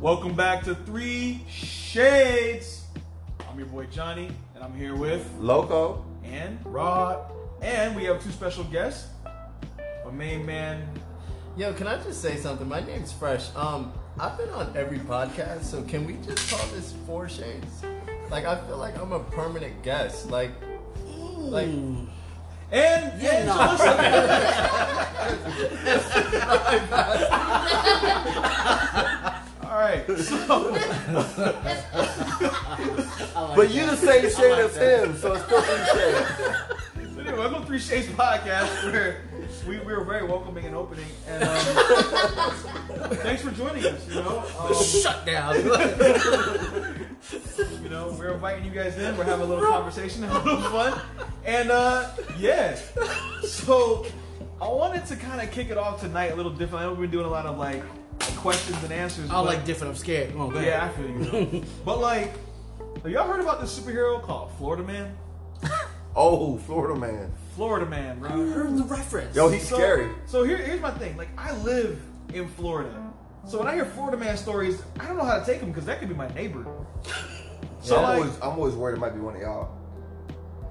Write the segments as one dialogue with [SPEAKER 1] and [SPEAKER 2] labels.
[SPEAKER 1] Welcome back to Three Shades. I'm your boy Johnny, and I'm here with
[SPEAKER 2] Loco.
[SPEAKER 1] and
[SPEAKER 3] Rod.
[SPEAKER 1] and we have two special guests. My main man.
[SPEAKER 3] Yo, can I just say something? My name's Fresh. Um, I've been on every podcast, so can we just call this Four Shades? Like, I feel like I'm a permanent guest. Like, like
[SPEAKER 1] And yeah, all right. So
[SPEAKER 2] but you the same shade as him, so it's still three shades.
[SPEAKER 1] So anyway, welcome to Three Shades Podcast, where we, we were very welcoming and opening. And um, thanks for joining us. You know, um,
[SPEAKER 4] Shut down.
[SPEAKER 1] you know, we're inviting you guys in. We're having a little conversation, having a little fun, and uh, yeah. So I wanted to kind of kick it off tonight a little different. I know we've been doing a lot of like questions and answers.
[SPEAKER 4] I
[SPEAKER 1] but-
[SPEAKER 4] like different. I'm scared. Come on, go
[SPEAKER 1] yeah,
[SPEAKER 4] ahead.
[SPEAKER 1] I feel you. though. but like, have y'all heard about this superhero called Florida Man?
[SPEAKER 2] Oh, Florida man.
[SPEAKER 1] Florida Man, bro.
[SPEAKER 4] I heard the reference.
[SPEAKER 2] Yo, he's scary.
[SPEAKER 1] So here, here's my thing. Like, I live in Florida. So when I hear Florida man stories, I don't know how to take them because that could be my neighbor. So
[SPEAKER 2] I'm
[SPEAKER 1] like,
[SPEAKER 2] always, I'm always worried it might be one of y'all.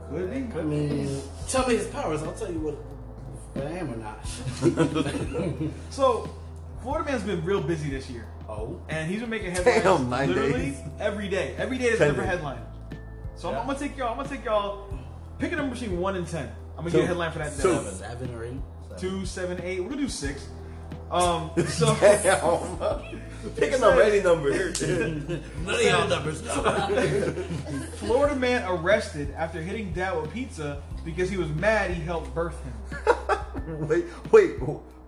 [SPEAKER 1] could be.
[SPEAKER 4] I mean, tell me his powers. I'll tell you what, what I am or not.
[SPEAKER 1] So Florida man's been real busy this year,
[SPEAKER 4] Oh.
[SPEAKER 1] and he's been making headlines
[SPEAKER 2] Damn, nine
[SPEAKER 1] literally
[SPEAKER 2] days.
[SPEAKER 1] every day. Every day is
[SPEAKER 2] Ten
[SPEAKER 1] a different
[SPEAKER 2] days.
[SPEAKER 1] headline. So I'm, I'm gonna take y'all. I'm gonna take y'all. Pick a number between one and ten. I'm gonna get a headline for that.
[SPEAKER 2] Two.
[SPEAKER 1] Day.
[SPEAKER 4] Seven or eight.
[SPEAKER 1] Two, seven, eight. We're gonna do six. Um. So.
[SPEAKER 2] Damn. Picking up any number here.
[SPEAKER 4] None of y'all numbers.
[SPEAKER 1] Florida man arrested after hitting dad with pizza because he was mad he helped birth him.
[SPEAKER 2] wait, wait,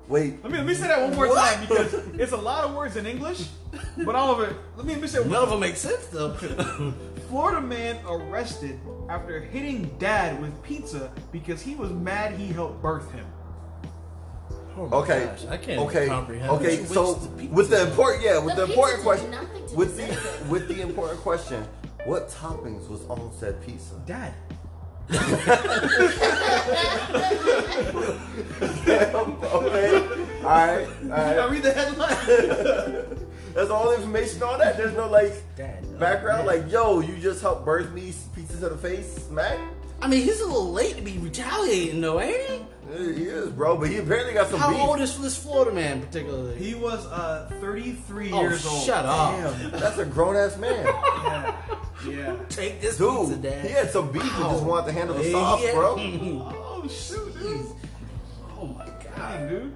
[SPEAKER 2] wait.
[SPEAKER 1] Let me let me say that one more
[SPEAKER 4] What?
[SPEAKER 1] time because it's a lot of words in English, but all of it. Let me let me say
[SPEAKER 4] None of them make sense though. Oh
[SPEAKER 1] Florida man arrested after hitting dad with pizza because he was mad he helped birth him.
[SPEAKER 4] Oh my
[SPEAKER 2] Okay.
[SPEAKER 4] gosh, I can't
[SPEAKER 2] okay.
[SPEAKER 4] even comprehend.
[SPEAKER 2] Okay.
[SPEAKER 4] this.
[SPEAKER 2] So
[SPEAKER 4] Which the
[SPEAKER 2] with the
[SPEAKER 4] pizza-
[SPEAKER 2] important, yeah, with
[SPEAKER 5] The
[SPEAKER 2] the, important
[SPEAKER 5] pizza did
[SPEAKER 2] question,
[SPEAKER 5] nothing to
[SPEAKER 2] with
[SPEAKER 5] deserve
[SPEAKER 2] the with the important question, what toppings was on said pizza?
[SPEAKER 1] Dad.
[SPEAKER 2] okay. All right. All
[SPEAKER 1] Did I
[SPEAKER 2] right.
[SPEAKER 1] read the headline?
[SPEAKER 2] That's all the information on that. There's no like
[SPEAKER 4] Dad. uh,
[SPEAKER 2] background. Like, yo, you just helped birth me. Pizza to the face, smack.
[SPEAKER 4] I mean, he's a little late to be retaliating though, ain't he?
[SPEAKER 2] Yeah, He is, bro. But he apparently got some
[SPEAKER 4] How
[SPEAKER 2] beef.
[SPEAKER 4] old is this Florida man particularly?
[SPEAKER 1] he was uh 33
[SPEAKER 4] oh,
[SPEAKER 1] years old.
[SPEAKER 4] shut up.
[SPEAKER 2] Damn, that's a grown ass man,
[SPEAKER 1] Yeah. yeah.
[SPEAKER 4] Take this pizza,
[SPEAKER 2] dude.
[SPEAKER 4] Dad.
[SPEAKER 2] He had some beef and just wanted to handle the
[SPEAKER 4] Yeah.
[SPEAKER 2] sauce, bro.
[SPEAKER 1] Oh shoot, dude.
[SPEAKER 4] Oh my
[SPEAKER 1] Dang,
[SPEAKER 4] god.
[SPEAKER 1] dude.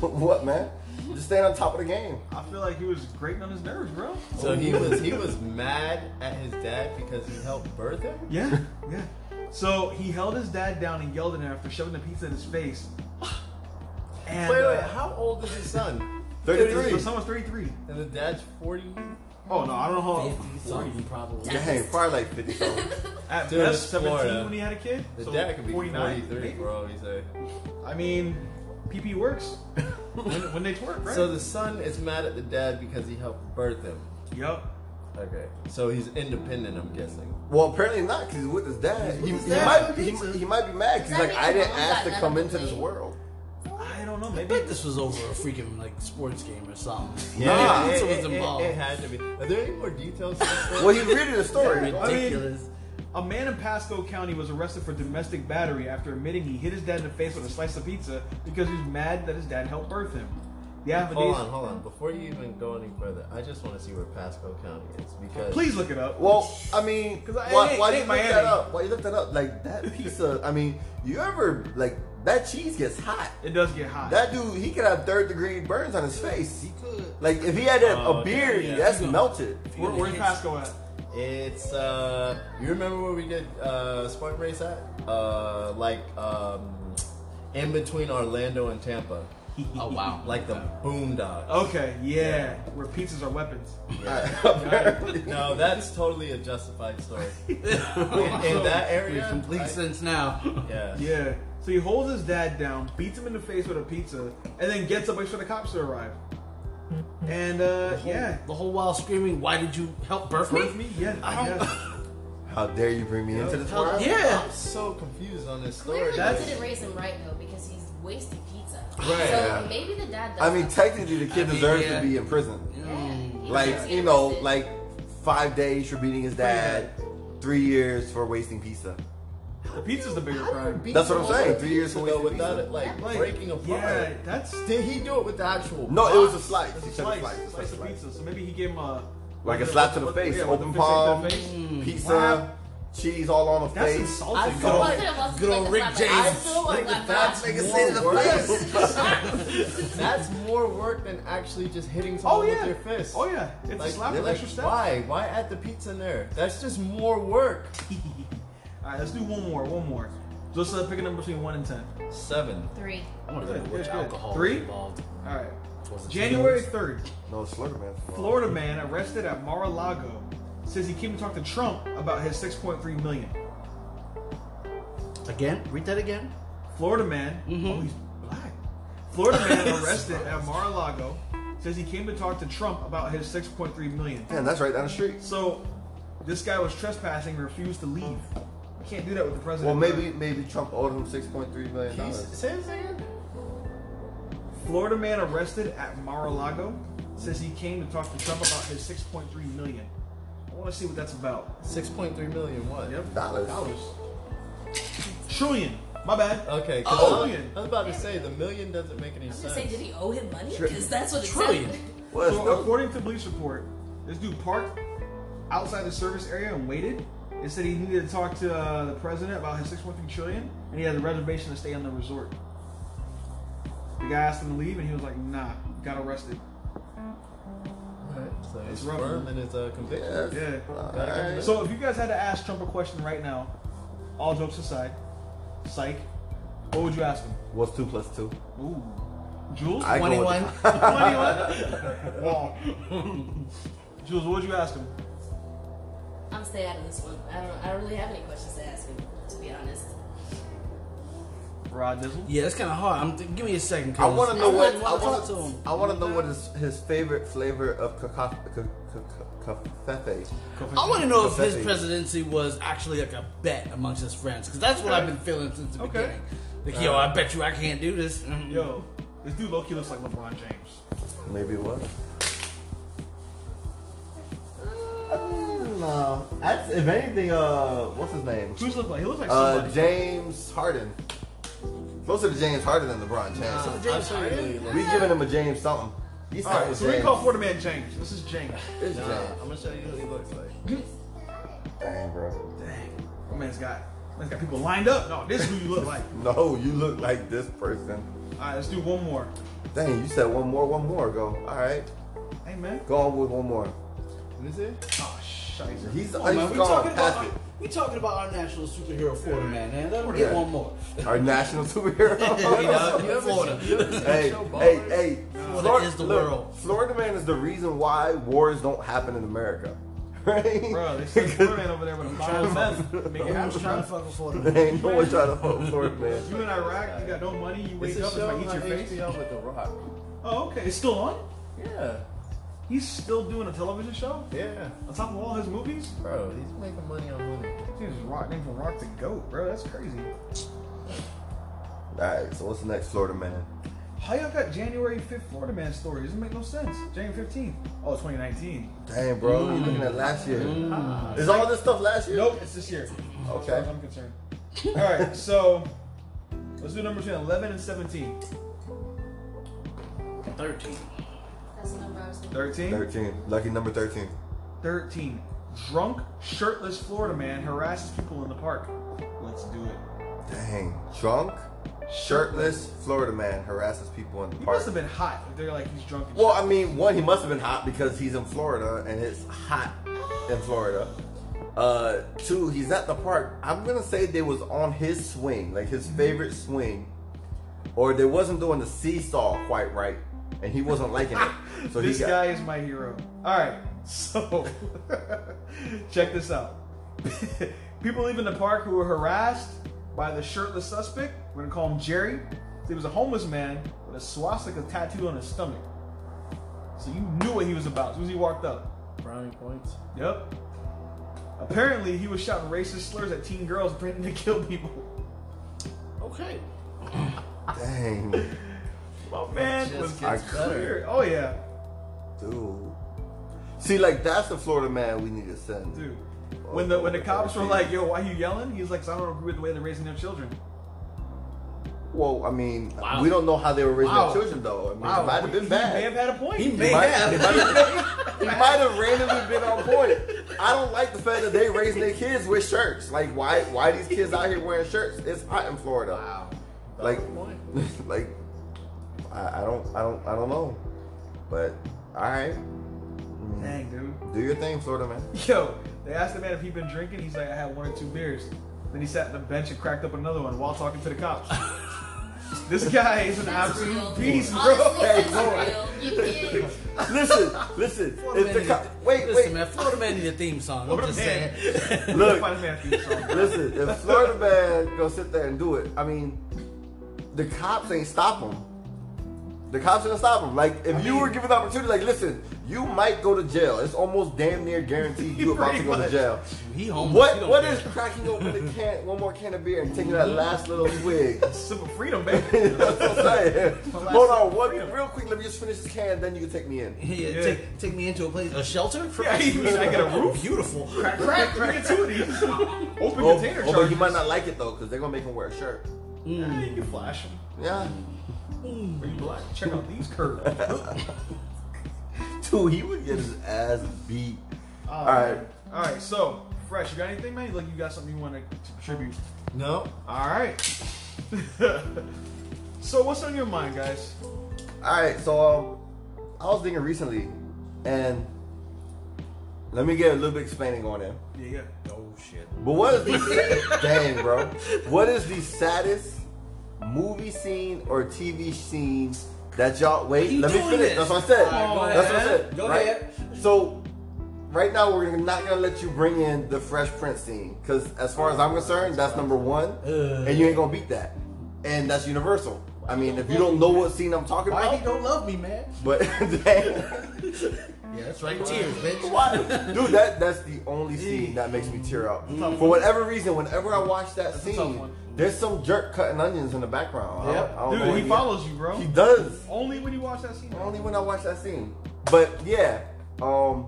[SPEAKER 2] what, man? Just staying on top of the game.
[SPEAKER 1] I feel like he was grating on his nerves, bro.
[SPEAKER 3] so he was he was mad at his dad because he helped birth him.
[SPEAKER 1] Yeah, yeah. So he held his dad down and yelled at him after shoving the pizza in his face. And
[SPEAKER 3] Wait, wait,
[SPEAKER 1] uh,
[SPEAKER 3] how old is his son?
[SPEAKER 1] So
[SPEAKER 2] 33.
[SPEAKER 1] someone's 33.
[SPEAKER 3] And the dad's forty.
[SPEAKER 1] Oh no, I don't know how. old-
[SPEAKER 4] 50 something probably.
[SPEAKER 2] Dang, probably like 50 something.
[SPEAKER 1] At
[SPEAKER 3] Dude,
[SPEAKER 1] best,
[SPEAKER 3] it's
[SPEAKER 1] 17
[SPEAKER 3] Florida.
[SPEAKER 1] when he had a kid.
[SPEAKER 3] The
[SPEAKER 1] so
[SPEAKER 3] dad could be
[SPEAKER 1] 49,
[SPEAKER 3] forty-three
[SPEAKER 1] maybe.
[SPEAKER 3] for all we say.
[SPEAKER 1] I mean, PP works when, when they twerk, right?
[SPEAKER 3] So the son is mad at the dad because he helped birth him.
[SPEAKER 1] yep.
[SPEAKER 3] Okay, so he's independent. I'm guessing.
[SPEAKER 2] Well, apparently not, because he's with his dad. He, he
[SPEAKER 4] dad.
[SPEAKER 2] might, he, he might be mad, because
[SPEAKER 5] Does that
[SPEAKER 2] like,
[SPEAKER 5] mean
[SPEAKER 2] I
[SPEAKER 5] his
[SPEAKER 2] didn't
[SPEAKER 5] mom
[SPEAKER 2] ask
[SPEAKER 5] got
[SPEAKER 2] to
[SPEAKER 5] that
[SPEAKER 2] come
[SPEAKER 5] up
[SPEAKER 2] into
[SPEAKER 5] the
[SPEAKER 2] this
[SPEAKER 5] way?
[SPEAKER 2] world.
[SPEAKER 1] I don't know.
[SPEAKER 4] I
[SPEAKER 1] Maybe.
[SPEAKER 4] bet this was over a freaking like sports game or something.
[SPEAKER 2] Yeah,
[SPEAKER 4] Nah,
[SPEAKER 2] it-
[SPEAKER 4] pizza
[SPEAKER 3] it,
[SPEAKER 4] was involved.
[SPEAKER 3] It, it had to be. Are there any more details? to this story?
[SPEAKER 2] Well, he's reading the story.
[SPEAKER 1] I mean-
[SPEAKER 4] Ridiculous.
[SPEAKER 1] A man in Pasco County was arrested for domestic battery after admitting he hit his dad in the face with a slice of pizza because he was mad that his dad helped birth him. The
[SPEAKER 3] Hold
[SPEAKER 1] affidavit.
[SPEAKER 3] on, hold on. Before you even go any further, I just want to see where Pasco County is because
[SPEAKER 1] Please look it up.
[SPEAKER 2] Well, I mean,
[SPEAKER 1] 'Cause I-
[SPEAKER 2] why,
[SPEAKER 1] it
[SPEAKER 2] why
[SPEAKER 1] ain't
[SPEAKER 2] you look
[SPEAKER 1] Miami.
[SPEAKER 2] that up? Why you look that up? Like, that pizza, I mean, you ever, like, that cheese gets hot.
[SPEAKER 1] It does get hot.
[SPEAKER 2] That dude, he could have third degree burns on his face.
[SPEAKER 4] He could.
[SPEAKER 2] Like, if he had a,
[SPEAKER 3] Oh,
[SPEAKER 2] a
[SPEAKER 3] okay.
[SPEAKER 2] beard,
[SPEAKER 4] Yeah.
[SPEAKER 2] that's
[SPEAKER 4] Yeah.
[SPEAKER 2] melted.
[SPEAKER 1] Where, where's Pasco at?
[SPEAKER 3] it's uh. You remember where we did uh Spark Race at? Uh, like um, in between Orlando and Tampa,
[SPEAKER 4] Oh wow.
[SPEAKER 3] like the boondocks.
[SPEAKER 2] Oh.
[SPEAKER 1] Okay, yeah. Where pizzas are weapons.
[SPEAKER 2] Apparently.
[SPEAKER 3] No, that's totally a justified story. In, in that area,
[SPEAKER 4] Makes complete
[SPEAKER 3] I-
[SPEAKER 4] sense now.
[SPEAKER 3] yeah.
[SPEAKER 1] Yeah. So he holds his dad down, beats him in the face with a pizza, and then gets up waits for the cops to arrive. And uh, yeah,
[SPEAKER 4] The whole while screaming, "Why did you help birth me?"
[SPEAKER 1] birth me, yeah,
[SPEAKER 4] I don't-
[SPEAKER 1] yeah.
[SPEAKER 2] How dare you bring me into this world?
[SPEAKER 4] Yeah.
[SPEAKER 3] I'm so confused on this story.
[SPEAKER 5] Clearly,
[SPEAKER 1] That's-
[SPEAKER 5] you didn't raise him right though, because he's wasted pizza.
[SPEAKER 2] Right.
[SPEAKER 5] So maybe the dad. Does
[SPEAKER 2] I mean,
[SPEAKER 5] something.
[SPEAKER 2] technically, the kid
[SPEAKER 4] I mean,
[SPEAKER 2] deserves
[SPEAKER 4] yeah.
[SPEAKER 2] to be in prison.
[SPEAKER 4] Mm,
[SPEAKER 2] like you know, like five days for beating his dad, three years for wasting pizza.
[SPEAKER 1] The pizza's the bigger crime.
[SPEAKER 2] That's what I'm saying, three years
[SPEAKER 3] ago,
[SPEAKER 2] away from
[SPEAKER 3] without
[SPEAKER 2] pizza.
[SPEAKER 3] it like,
[SPEAKER 1] Like,
[SPEAKER 3] breaking apart.
[SPEAKER 1] Yeah, that's
[SPEAKER 3] Did he do it with the actual?
[SPEAKER 2] No, it was a
[SPEAKER 3] box?
[SPEAKER 2] slice.
[SPEAKER 1] that's
[SPEAKER 2] He
[SPEAKER 1] a
[SPEAKER 2] said
[SPEAKER 1] slice,
[SPEAKER 2] a slice. a
[SPEAKER 1] slice of
[SPEAKER 2] slice.
[SPEAKER 1] pizza. So maybe he gave him a
[SPEAKER 2] Like a
[SPEAKER 1] what-
[SPEAKER 2] slap to the
[SPEAKER 1] what-
[SPEAKER 2] face,
[SPEAKER 1] yeah, what
[SPEAKER 2] open
[SPEAKER 1] the fist ain't
[SPEAKER 2] palm, Mm.
[SPEAKER 1] that face.
[SPEAKER 2] pizza,
[SPEAKER 1] Wow.
[SPEAKER 2] cheese all on the
[SPEAKER 1] That's
[SPEAKER 2] face.
[SPEAKER 1] insulting.
[SPEAKER 3] I
[SPEAKER 1] dog.
[SPEAKER 3] feel like-
[SPEAKER 5] good old Rick James.
[SPEAKER 3] I feel like the fat nigga said in the
[SPEAKER 2] Worse.
[SPEAKER 3] That's more work than actually just hitting
[SPEAKER 1] oh
[SPEAKER 3] someone
[SPEAKER 1] yeah,
[SPEAKER 3] with your fist.
[SPEAKER 1] oh yeah, it's a
[SPEAKER 3] Like,
[SPEAKER 1] slap with
[SPEAKER 3] like,
[SPEAKER 1] extra step. All
[SPEAKER 3] why? Why add the pizza in there? That's just more work.
[SPEAKER 1] right, let's do one more, one more. Just uh, pick a number between one and ten.
[SPEAKER 3] Seven.
[SPEAKER 5] Three.
[SPEAKER 4] I want to know
[SPEAKER 1] Good,
[SPEAKER 4] which
[SPEAKER 1] good, good.
[SPEAKER 4] alcohol
[SPEAKER 1] Three?
[SPEAKER 4] was involved.
[SPEAKER 1] All right,
[SPEAKER 4] Was it
[SPEAKER 1] January
[SPEAKER 4] tequila?
[SPEAKER 1] third,
[SPEAKER 2] No, Slurper Man.
[SPEAKER 1] Florida man arrested at Mar-a-Lago says he came to talk to Trump about his 6.3 million.
[SPEAKER 4] Again? Read that again?
[SPEAKER 1] Florida man,
[SPEAKER 2] Mm-hmm.
[SPEAKER 1] oh he's black. Florida man arrested at Mar-a-Lago says he came to talk to Trump about his 6.3 million.
[SPEAKER 2] Man, that's right down the street.
[SPEAKER 1] So this guy was trespassing, refused to leave. You can't do that with the
[SPEAKER 2] Well,
[SPEAKER 1] president.
[SPEAKER 2] maybe maybe Trump owed him six point three million
[SPEAKER 3] Can you
[SPEAKER 2] dollars.
[SPEAKER 3] s- say this again?
[SPEAKER 1] Florida man arrested at Mar-a-Lago says he came to talk to Trump about his 6.3 million. I want to see what that's about.
[SPEAKER 3] Six point three million. What?
[SPEAKER 1] Yep.
[SPEAKER 2] Dollars.
[SPEAKER 1] Dollars. Trillion. My bad.
[SPEAKER 3] Okay. 'cause
[SPEAKER 1] Oh.
[SPEAKER 3] I, was, I was about to say the million doesn't make any
[SPEAKER 5] I'm
[SPEAKER 3] sense.
[SPEAKER 5] just saying, did he owe him money? Because that's what it
[SPEAKER 4] Trillion.
[SPEAKER 5] said.
[SPEAKER 2] Well, it's
[SPEAKER 1] so,
[SPEAKER 2] no-
[SPEAKER 1] according to police report, this dude parked outside the service area and waited. and said he needed to talk to uh, the president about his 6.3 trillion, and he had a reservation to stay on the resort. The guy asked him to leave, and he was like, "Nah." Got arrested.
[SPEAKER 3] Alright, So it's
[SPEAKER 1] rough.
[SPEAKER 3] firm and it's a conviction.
[SPEAKER 2] Yes.
[SPEAKER 1] Yeah.
[SPEAKER 2] All right.
[SPEAKER 1] So, if you guys had to ask Trump a question right now, all jokes aside, psych, what would you ask him?
[SPEAKER 2] What's two plus two?
[SPEAKER 1] Ooh, Jules,
[SPEAKER 2] I go with-
[SPEAKER 4] 21.
[SPEAKER 1] 21. Wow. Jules, what would you ask him?
[SPEAKER 5] I'm stay out of this one. I don't. I don't really have any questions to ask him, to be honest.
[SPEAKER 1] Rod Dizzle.
[SPEAKER 4] Yeah, it's kind of hard. I'm th- give me a second.
[SPEAKER 2] I want to know what I
[SPEAKER 4] want
[SPEAKER 2] want
[SPEAKER 4] to
[SPEAKER 2] to
[SPEAKER 4] him.
[SPEAKER 2] I want to know what his his favorite flavor of cafefe.
[SPEAKER 4] I want to know if his
[SPEAKER 2] Perfetti.
[SPEAKER 4] presidency was actually like a bet amongst his friends, because that's what
[SPEAKER 1] Okay.
[SPEAKER 4] I've been feeling since the
[SPEAKER 1] Okay.
[SPEAKER 4] beginning. Like, yo, I bet you I can't do this. Mm.
[SPEAKER 1] Yo, this dude Loki looks like LeBron James.
[SPEAKER 2] Maybe what? Uh, No, that's if anything. Uh, what's his name?
[SPEAKER 1] Who's look like? He looks like
[SPEAKER 2] Uh,
[SPEAKER 1] somebody.
[SPEAKER 2] James Harden. Closer to James Harden than LeBron James.
[SPEAKER 3] Uh,
[SPEAKER 4] James
[SPEAKER 3] I
[SPEAKER 4] Harden?
[SPEAKER 3] really like-
[SPEAKER 2] We giving him a James something. He's
[SPEAKER 1] All
[SPEAKER 2] not
[SPEAKER 1] right,
[SPEAKER 2] with
[SPEAKER 1] so we
[SPEAKER 2] James.
[SPEAKER 1] call Florida man James. This is James.
[SPEAKER 2] It's
[SPEAKER 3] Nah, I'm
[SPEAKER 2] James.
[SPEAKER 3] gonna show you what he looks like.
[SPEAKER 2] Dang, bro.
[SPEAKER 1] Dang, my man's got, man's got people lined up. No, this is who you look like.
[SPEAKER 2] No, you look like this person.
[SPEAKER 1] All right, let's do one more.
[SPEAKER 2] Dang, you said one more, one more. Go. All right,
[SPEAKER 1] Hey man.
[SPEAKER 2] go on with one more.
[SPEAKER 3] Let me see.
[SPEAKER 1] Oh shiza.
[SPEAKER 2] He's,
[SPEAKER 4] Come on, man.
[SPEAKER 2] he's
[SPEAKER 4] We
[SPEAKER 2] gone.
[SPEAKER 4] talking
[SPEAKER 2] Pass
[SPEAKER 4] about
[SPEAKER 2] it.
[SPEAKER 4] we talking about our national superhero Florida man, man. Let him get
[SPEAKER 2] Yeah.
[SPEAKER 4] one more.
[SPEAKER 2] Our national superhero.
[SPEAKER 4] You know,
[SPEAKER 3] You ever
[SPEAKER 4] Florida.
[SPEAKER 3] seen- you ever seen the
[SPEAKER 2] hey,
[SPEAKER 3] show
[SPEAKER 2] hey,
[SPEAKER 3] Ballers?
[SPEAKER 2] hey.
[SPEAKER 4] Florida is the
[SPEAKER 2] look,
[SPEAKER 4] world.
[SPEAKER 2] Florida man is the reason why wars don't happen in America. Right?
[SPEAKER 1] Bro, they sent Florida man over there with a bottle of meth. Make it
[SPEAKER 4] I'm
[SPEAKER 1] happen.
[SPEAKER 4] trying to fuck with Florida.
[SPEAKER 2] They ain't no one trying to fuck Florida man.
[SPEAKER 1] You in Iraq, you got no money, you
[SPEAKER 3] It's
[SPEAKER 1] wake
[SPEAKER 3] a
[SPEAKER 1] up, it's
[SPEAKER 3] show
[SPEAKER 1] like eat
[SPEAKER 3] on
[SPEAKER 1] your face.
[SPEAKER 3] HBO with The Rock.
[SPEAKER 1] Oh, okay. It's still on?
[SPEAKER 3] Yeah,
[SPEAKER 1] He's still doing a television show?
[SPEAKER 3] yeah,
[SPEAKER 1] On top of all his movies?
[SPEAKER 3] bro, he's making money on money.
[SPEAKER 1] Dude, just rock named from Rock to Goat, bro. That's crazy.
[SPEAKER 2] All right, so what's the next Florida man?
[SPEAKER 1] How y'all got January 5th Florida Man story? doesn't make no sense. January 15th. Oh, 2019.
[SPEAKER 2] Dang, bro, you looking at last year? Is all this stuff last year?
[SPEAKER 1] Mm. Nope, it's this year. As far
[SPEAKER 2] Okay.
[SPEAKER 1] as I'm concerned. All right, so let's do number between 11 and 17.
[SPEAKER 4] Thirteen.
[SPEAKER 5] That's the number I was thinking.
[SPEAKER 1] 13?
[SPEAKER 2] Thirteen. Lucky number thirteen.
[SPEAKER 1] 13. Drunk, shirtless Florida man harasses people in the park. Let's do it.
[SPEAKER 2] Dang. Drunk, shirtless Florida man harasses people in the
[SPEAKER 1] He
[SPEAKER 2] park.
[SPEAKER 1] must have been hot if they're like, he's drunk and
[SPEAKER 2] Well, I mean, one, he must have been hot because he's in Florida and it's hot in Florida. Uh, two, he's at the park. I'm gonna say they was on his swing, like his favorite swing, or they wasn't doing the seesaw quite right, and he wasn't liking it. So
[SPEAKER 1] this
[SPEAKER 2] he got,
[SPEAKER 1] guy is my hero. All right, so check this out. People leaving the park who were harassed by the shirtless suspect. We're gonna call him Jerry. He was a homeless man with a swastika tattoo on his stomach. So you knew what he was about as soon as he walked up.
[SPEAKER 3] Brownie points.
[SPEAKER 1] Yep. Apparently, he was shouting racist slurs at teen girls, threatening to kill people.
[SPEAKER 4] Okay.
[SPEAKER 2] dang,
[SPEAKER 1] My man
[SPEAKER 3] just
[SPEAKER 1] was
[SPEAKER 3] gets
[SPEAKER 1] clear. Oh yeah.
[SPEAKER 2] dude. See, like that's the Florida man we need to send.
[SPEAKER 1] Dude, when the when the cops
[SPEAKER 3] Oh,
[SPEAKER 1] were like, "Yo, why you yelling?" He's like, "Cause "I don't agree with the way they're raising their children."
[SPEAKER 2] Well, I mean,
[SPEAKER 4] Wow.
[SPEAKER 2] we don't know how they were raising
[SPEAKER 1] Wow.
[SPEAKER 2] their children, though. I mean, it might have
[SPEAKER 1] he
[SPEAKER 2] been
[SPEAKER 1] may have
[SPEAKER 2] bad.
[SPEAKER 1] had a point.
[SPEAKER 4] He
[SPEAKER 1] He
[SPEAKER 4] may
[SPEAKER 2] Might-
[SPEAKER 4] have.
[SPEAKER 2] they might have- He might have randomly been on point. I don't like the fact that they raising their kids with shirts. Like, why? Why these kids out here wearing shirts? It's hot in Florida. Like, like, I, I don't, I don't, I don't know. But all right,
[SPEAKER 1] Dang, dude.
[SPEAKER 2] do your thing, Florida man.
[SPEAKER 1] Yo, they asked the man if he'd been drinking. He's like, "I had one or two beers." Then he sat on the bench and cracked up another one while talking to the cops. this guy is an
[SPEAKER 5] That's
[SPEAKER 1] absolute
[SPEAKER 5] real.
[SPEAKER 1] beast,
[SPEAKER 5] Honestly,
[SPEAKER 1] bro.
[SPEAKER 5] that's
[SPEAKER 2] boy.
[SPEAKER 5] real. You can't.
[SPEAKER 2] Listen, listen. If the co- wait,
[SPEAKER 4] listen,
[SPEAKER 2] wait.
[SPEAKER 4] man. Florida man need a theme song. I'm
[SPEAKER 1] Florida
[SPEAKER 4] just
[SPEAKER 1] man.
[SPEAKER 4] saying.
[SPEAKER 2] Look.
[SPEAKER 1] Find a man for you, son.
[SPEAKER 2] Listen, if Florida man go sit there and do it, I mean, the cops ain't stop him. The cops ain't stop him. Like, if you were given the opportunity, like, listen, you might go to jail. It's almost damn near guaranteed you about to
[SPEAKER 1] Pretty
[SPEAKER 2] go to
[SPEAKER 1] much.
[SPEAKER 2] jail.
[SPEAKER 4] he homeless. he
[SPEAKER 2] What
[SPEAKER 4] don't
[SPEAKER 2] What
[SPEAKER 4] care.
[SPEAKER 2] is cracking open a can, one more can of beer and taking that last little swig?
[SPEAKER 1] Sip of freedom, baby.
[SPEAKER 2] That's what I'm saying. Hold on, one,
[SPEAKER 1] freedom.
[SPEAKER 2] real quick. Let me just finish this can, then you can take me in.
[SPEAKER 4] Yeah,
[SPEAKER 1] Yeah.
[SPEAKER 4] Take, take me into a place, a shelter. For
[SPEAKER 1] Yeah, he was like, "Get a roof?"
[SPEAKER 4] Beautiful.
[SPEAKER 1] crack, crack, crack. Get two of these. Open
[SPEAKER 2] Oh,
[SPEAKER 1] container
[SPEAKER 2] oh,
[SPEAKER 1] charges.
[SPEAKER 2] but you might not like it though, because they're gonna make him wear a shirt.
[SPEAKER 1] Yeah, you can flash them.
[SPEAKER 2] Yeah.
[SPEAKER 1] Are you black? Check out these curves.
[SPEAKER 2] Dude, he would get his ass beat. All right.
[SPEAKER 1] All right. So, fresh. You got anything, man? Look, you got something you want to contribute?
[SPEAKER 3] No,
[SPEAKER 1] All right. so, what's on your mind, guys?
[SPEAKER 2] All right, so um, I was thinking recently, and let me get a little bit explaining on it.
[SPEAKER 1] Yeah, yeah.
[SPEAKER 4] Oh shit.
[SPEAKER 2] But what is the dang, bro? What is the saddest movie scene or TV scene that y'all wait?
[SPEAKER 4] you
[SPEAKER 2] Let me
[SPEAKER 4] doing
[SPEAKER 2] finish.
[SPEAKER 4] this?
[SPEAKER 2] That's what I said.
[SPEAKER 4] All right,
[SPEAKER 1] go
[SPEAKER 2] That's what I
[SPEAKER 4] ahead.
[SPEAKER 2] said.
[SPEAKER 4] Go
[SPEAKER 2] right?
[SPEAKER 4] ahead.
[SPEAKER 2] So right now we're not gonna let you bring in the Fresh Prince scene because as far as I'm concerned, that's number one,
[SPEAKER 4] Ugh.
[SPEAKER 2] and you ain't gonna beat that, and that's universal. I mean, if you don't know what scene I'm talking
[SPEAKER 4] Why he
[SPEAKER 2] about,
[SPEAKER 4] don't love me, man?
[SPEAKER 2] but dang.
[SPEAKER 4] Yeah, that's right. Tears, bitch.
[SPEAKER 2] Why? Dude, that that's the only scene that makes me tear up. For whatever reason, whenever I watch that
[SPEAKER 1] a tough
[SPEAKER 2] scene,
[SPEAKER 1] one.
[SPEAKER 2] there's some jerk cutting onions in the background. I don't-
[SPEAKER 4] Yep.
[SPEAKER 2] I don't know
[SPEAKER 1] Dude,
[SPEAKER 2] what
[SPEAKER 1] he follows you, bro.
[SPEAKER 2] He does.
[SPEAKER 1] Only when you watch that scene.
[SPEAKER 2] Only when I watch that scene. But yeah, um,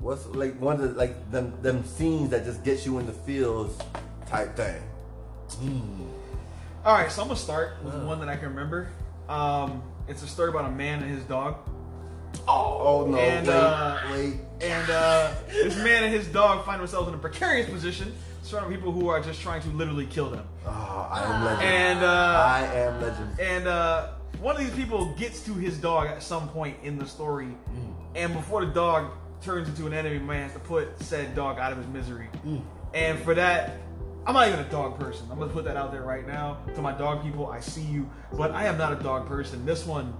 [SPEAKER 2] what's like one of the like them them scenes that just gets you in the feels type thing.
[SPEAKER 1] All right. So I'm gonna start with one that I can remember. Um, it's a story about a man and his dog.
[SPEAKER 2] Oh, no!
[SPEAKER 1] and,
[SPEAKER 2] wait,
[SPEAKER 1] uh,
[SPEAKER 2] wait.
[SPEAKER 1] And uh, this man and his dog find themselves in a precarious position, surrounded by people who are just trying to literally kill them.
[SPEAKER 2] Oh, I am legend.
[SPEAKER 1] And uh,
[SPEAKER 2] I am legend.
[SPEAKER 1] And uh, one of these people gets to his dog at some point in the story,
[SPEAKER 2] Mm.
[SPEAKER 1] and before the dog turns into an enemy, man has to put said dog out of his misery.
[SPEAKER 2] Mm.
[SPEAKER 1] And for that, I'm not even a dog person. I'm gonna put that out there right now to my dog people. I see you, but I am not a dog person. This one,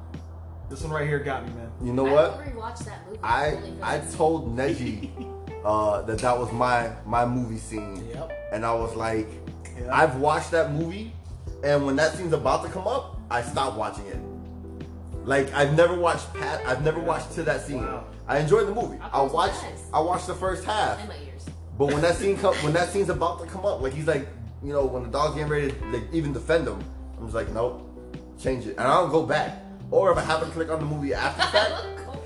[SPEAKER 1] this one right here got me, man.
[SPEAKER 2] You know
[SPEAKER 5] I
[SPEAKER 2] what?
[SPEAKER 5] don't rewatch that movie.
[SPEAKER 2] I
[SPEAKER 5] only 'cause
[SPEAKER 2] I
[SPEAKER 5] it's-
[SPEAKER 2] told Neji uh, that that was my my movie scene,
[SPEAKER 4] Yep.
[SPEAKER 2] and I was like,
[SPEAKER 1] Yeah.
[SPEAKER 2] I've watched that movie, and when that scene's about to come up, I stopped watching it. Like I've never watched Pat. I've never watched to that scene.
[SPEAKER 1] Wow.
[SPEAKER 2] I enjoyed the movie.
[SPEAKER 5] I
[SPEAKER 2] I
[SPEAKER 5] thought it was
[SPEAKER 2] watched.
[SPEAKER 5] nice.
[SPEAKER 2] I watched the first half,
[SPEAKER 5] In my ears.
[SPEAKER 2] but when that scene come, when that scene's about to come up, like he's like, you know, when the dog's getting ready to like, even defend him, I'm just like, nope, change it, and I don't go back. Or if I happen to click on the movie after the fact,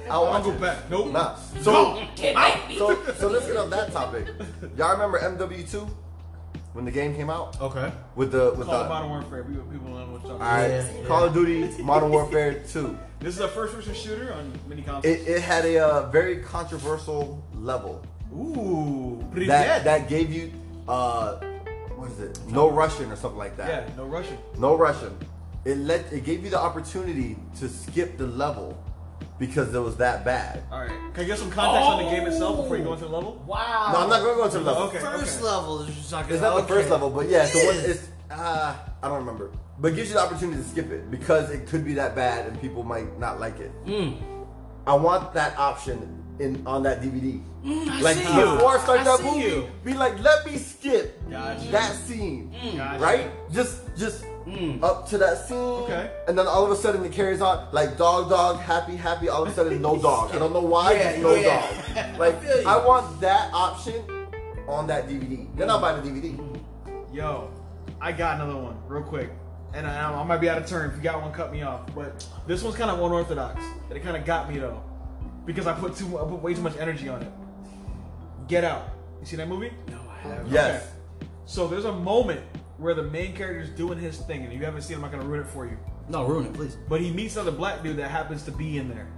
[SPEAKER 2] I'll
[SPEAKER 1] I'll
[SPEAKER 2] watch
[SPEAKER 1] go
[SPEAKER 2] it.
[SPEAKER 1] back. Nope.
[SPEAKER 2] Nah. So,
[SPEAKER 5] It might be.
[SPEAKER 2] so, so let's get on that topic. Y'all remember MW2 when the game came out
[SPEAKER 4] Okay.
[SPEAKER 2] with the with
[SPEAKER 1] Oh. Call
[SPEAKER 2] the
[SPEAKER 1] it Modern Warfare. People, people don't know what you're talking
[SPEAKER 2] all right
[SPEAKER 4] Yeah.
[SPEAKER 2] Call of Duty Modern Warfare 2.
[SPEAKER 1] about. This is a first-person shooter on mini consoles.
[SPEAKER 2] It, it had a uh, very controversial level
[SPEAKER 1] Ooh, pretty
[SPEAKER 2] that
[SPEAKER 1] dead.
[SPEAKER 2] that gave you uh what is it no Russian or something like that.
[SPEAKER 1] yeah, no Russian.
[SPEAKER 2] No Russian. It let it gave you the opportunity to skip the level because it was that bad.
[SPEAKER 1] All right. Can I get some context on the game itself before you go into the level?
[SPEAKER 4] Wow.
[SPEAKER 2] No, I'm not going to go into the level.
[SPEAKER 1] Okay.
[SPEAKER 4] First level is just like
[SPEAKER 2] It's not the first level, but yeah, it's the one. It's uh, I don't remember, but it gives you the opportunity to skip it because it could be that bad and people might not like it.
[SPEAKER 4] Hmm.
[SPEAKER 2] I want that option in on that DVD.
[SPEAKER 4] Hmm, I
[SPEAKER 2] like
[SPEAKER 4] see you.
[SPEAKER 2] before I start
[SPEAKER 4] I
[SPEAKER 2] that
[SPEAKER 4] see
[SPEAKER 2] movie,
[SPEAKER 4] you. Hmm.
[SPEAKER 2] be like, let me skip
[SPEAKER 1] Gotcha.
[SPEAKER 2] that scene,
[SPEAKER 1] Gotcha.
[SPEAKER 2] right? Just just up to that scene,
[SPEAKER 1] Okay.
[SPEAKER 2] and then all of a sudden it carries on like dog, dog, happy, happy. All of a sudden, no dog. I don't know why,
[SPEAKER 4] Yeah,
[SPEAKER 2] just no
[SPEAKER 4] yeah.
[SPEAKER 2] dog. Like
[SPEAKER 4] feel you.
[SPEAKER 2] I want that option on that DVD. Then I'll buy the
[SPEAKER 4] Hmm.
[SPEAKER 2] DVD.
[SPEAKER 1] Yo, I got another one real quick. And uh, I, I might be out of turn. If you got one, cut me off. But this one's kind of unorthodox. And it kind of got me, though. because I put too I put way too much energy on it. Get Out. You seen that movie?
[SPEAKER 4] No, I haven't.
[SPEAKER 2] Yes.
[SPEAKER 1] So there's a moment where the main character is doing his thing, and if you haven't seen, it, I'm not gonna ruin it for you.
[SPEAKER 4] No, ruin it, please.
[SPEAKER 1] But he meets another black dude that happens to be in there.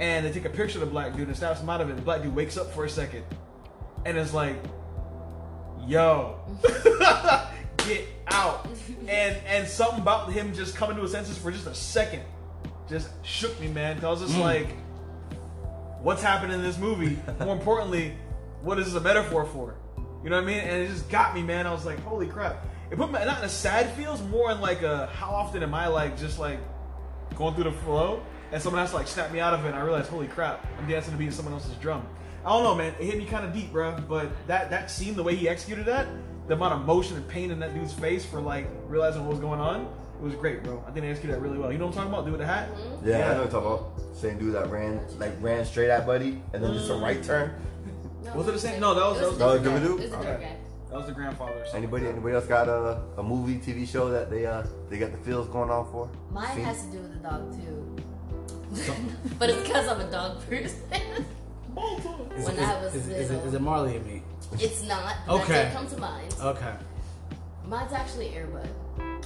[SPEAKER 1] And they take a picture of the black dude and snaps him out of it. The black dude wakes up for a second and is like, yo, get out. And and something about him just coming to his senses for just a second just shook me, man. Cause I was just like, what's happening in this movie? More importantly, what is this a metaphor for? You know what I mean? And it just got me, man. I was like, holy crap. It put me not in a sad feels, more in like a how often am I like just like going through the flow and someone has to like snap me out of it and I realized, holy crap, I'm dancing to beat someone else's drum. I don't know, man. It hit me kind of deep, bro. But that that scene, the way he executed that, the amount of motion and pain in that dude's face for like realizing what was going on, it was great, bro. I think they executed that really well. You know what I'm talking about? Dude with the hat.
[SPEAKER 2] Yeah,
[SPEAKER 1] Yeah.
[SPEAKER 2] I know what you're talking about. Same dude that ran, like ran straight at Buddy, and then just a right turn.
[SPEAKER 4] Hmm.
[SPEAKER 5] No,
[SPEAKER 1] Was it the same- no, that was-
[SPEAKER 5] it
[SPEAKER 2] that was-
[SPEAKER 5] a
[SPEAKER 2] that was
[SPEAKER 5] different
[SPEAKER 2] Doobie-Doo?
[SPEAKER 5] guy. It was a different guy.
[SPEAKER 1] That was the grandfather. Or something.
[SPEAKER 2] Anybody, anybody else got a, a movie, TV show that they uh they got the feels going on for?
[SPEAKER 5] Mine
[SPEAKER 2] Seen?
[SPEAKER 5] has to do with the dog too. but it's because I'm a dog person.
[SPEAKER 4] Is,
[SPEAKER 5] When
[SPEAKER 4] it, is,
[SPEAKER 5] I was
[SPEAKER 4] is, it- is it,
[SPEAKER 5] little.
[SPEAKER 4] is it Marley and me?
[SPEAKER 5] it's not. But okay.
[SPEAKER 4] Okay.
[SPEAKER 5] That did come to mind.
[SPEAKER 4] Okay.
[SPEAKER 5] Mine's actually Airbud.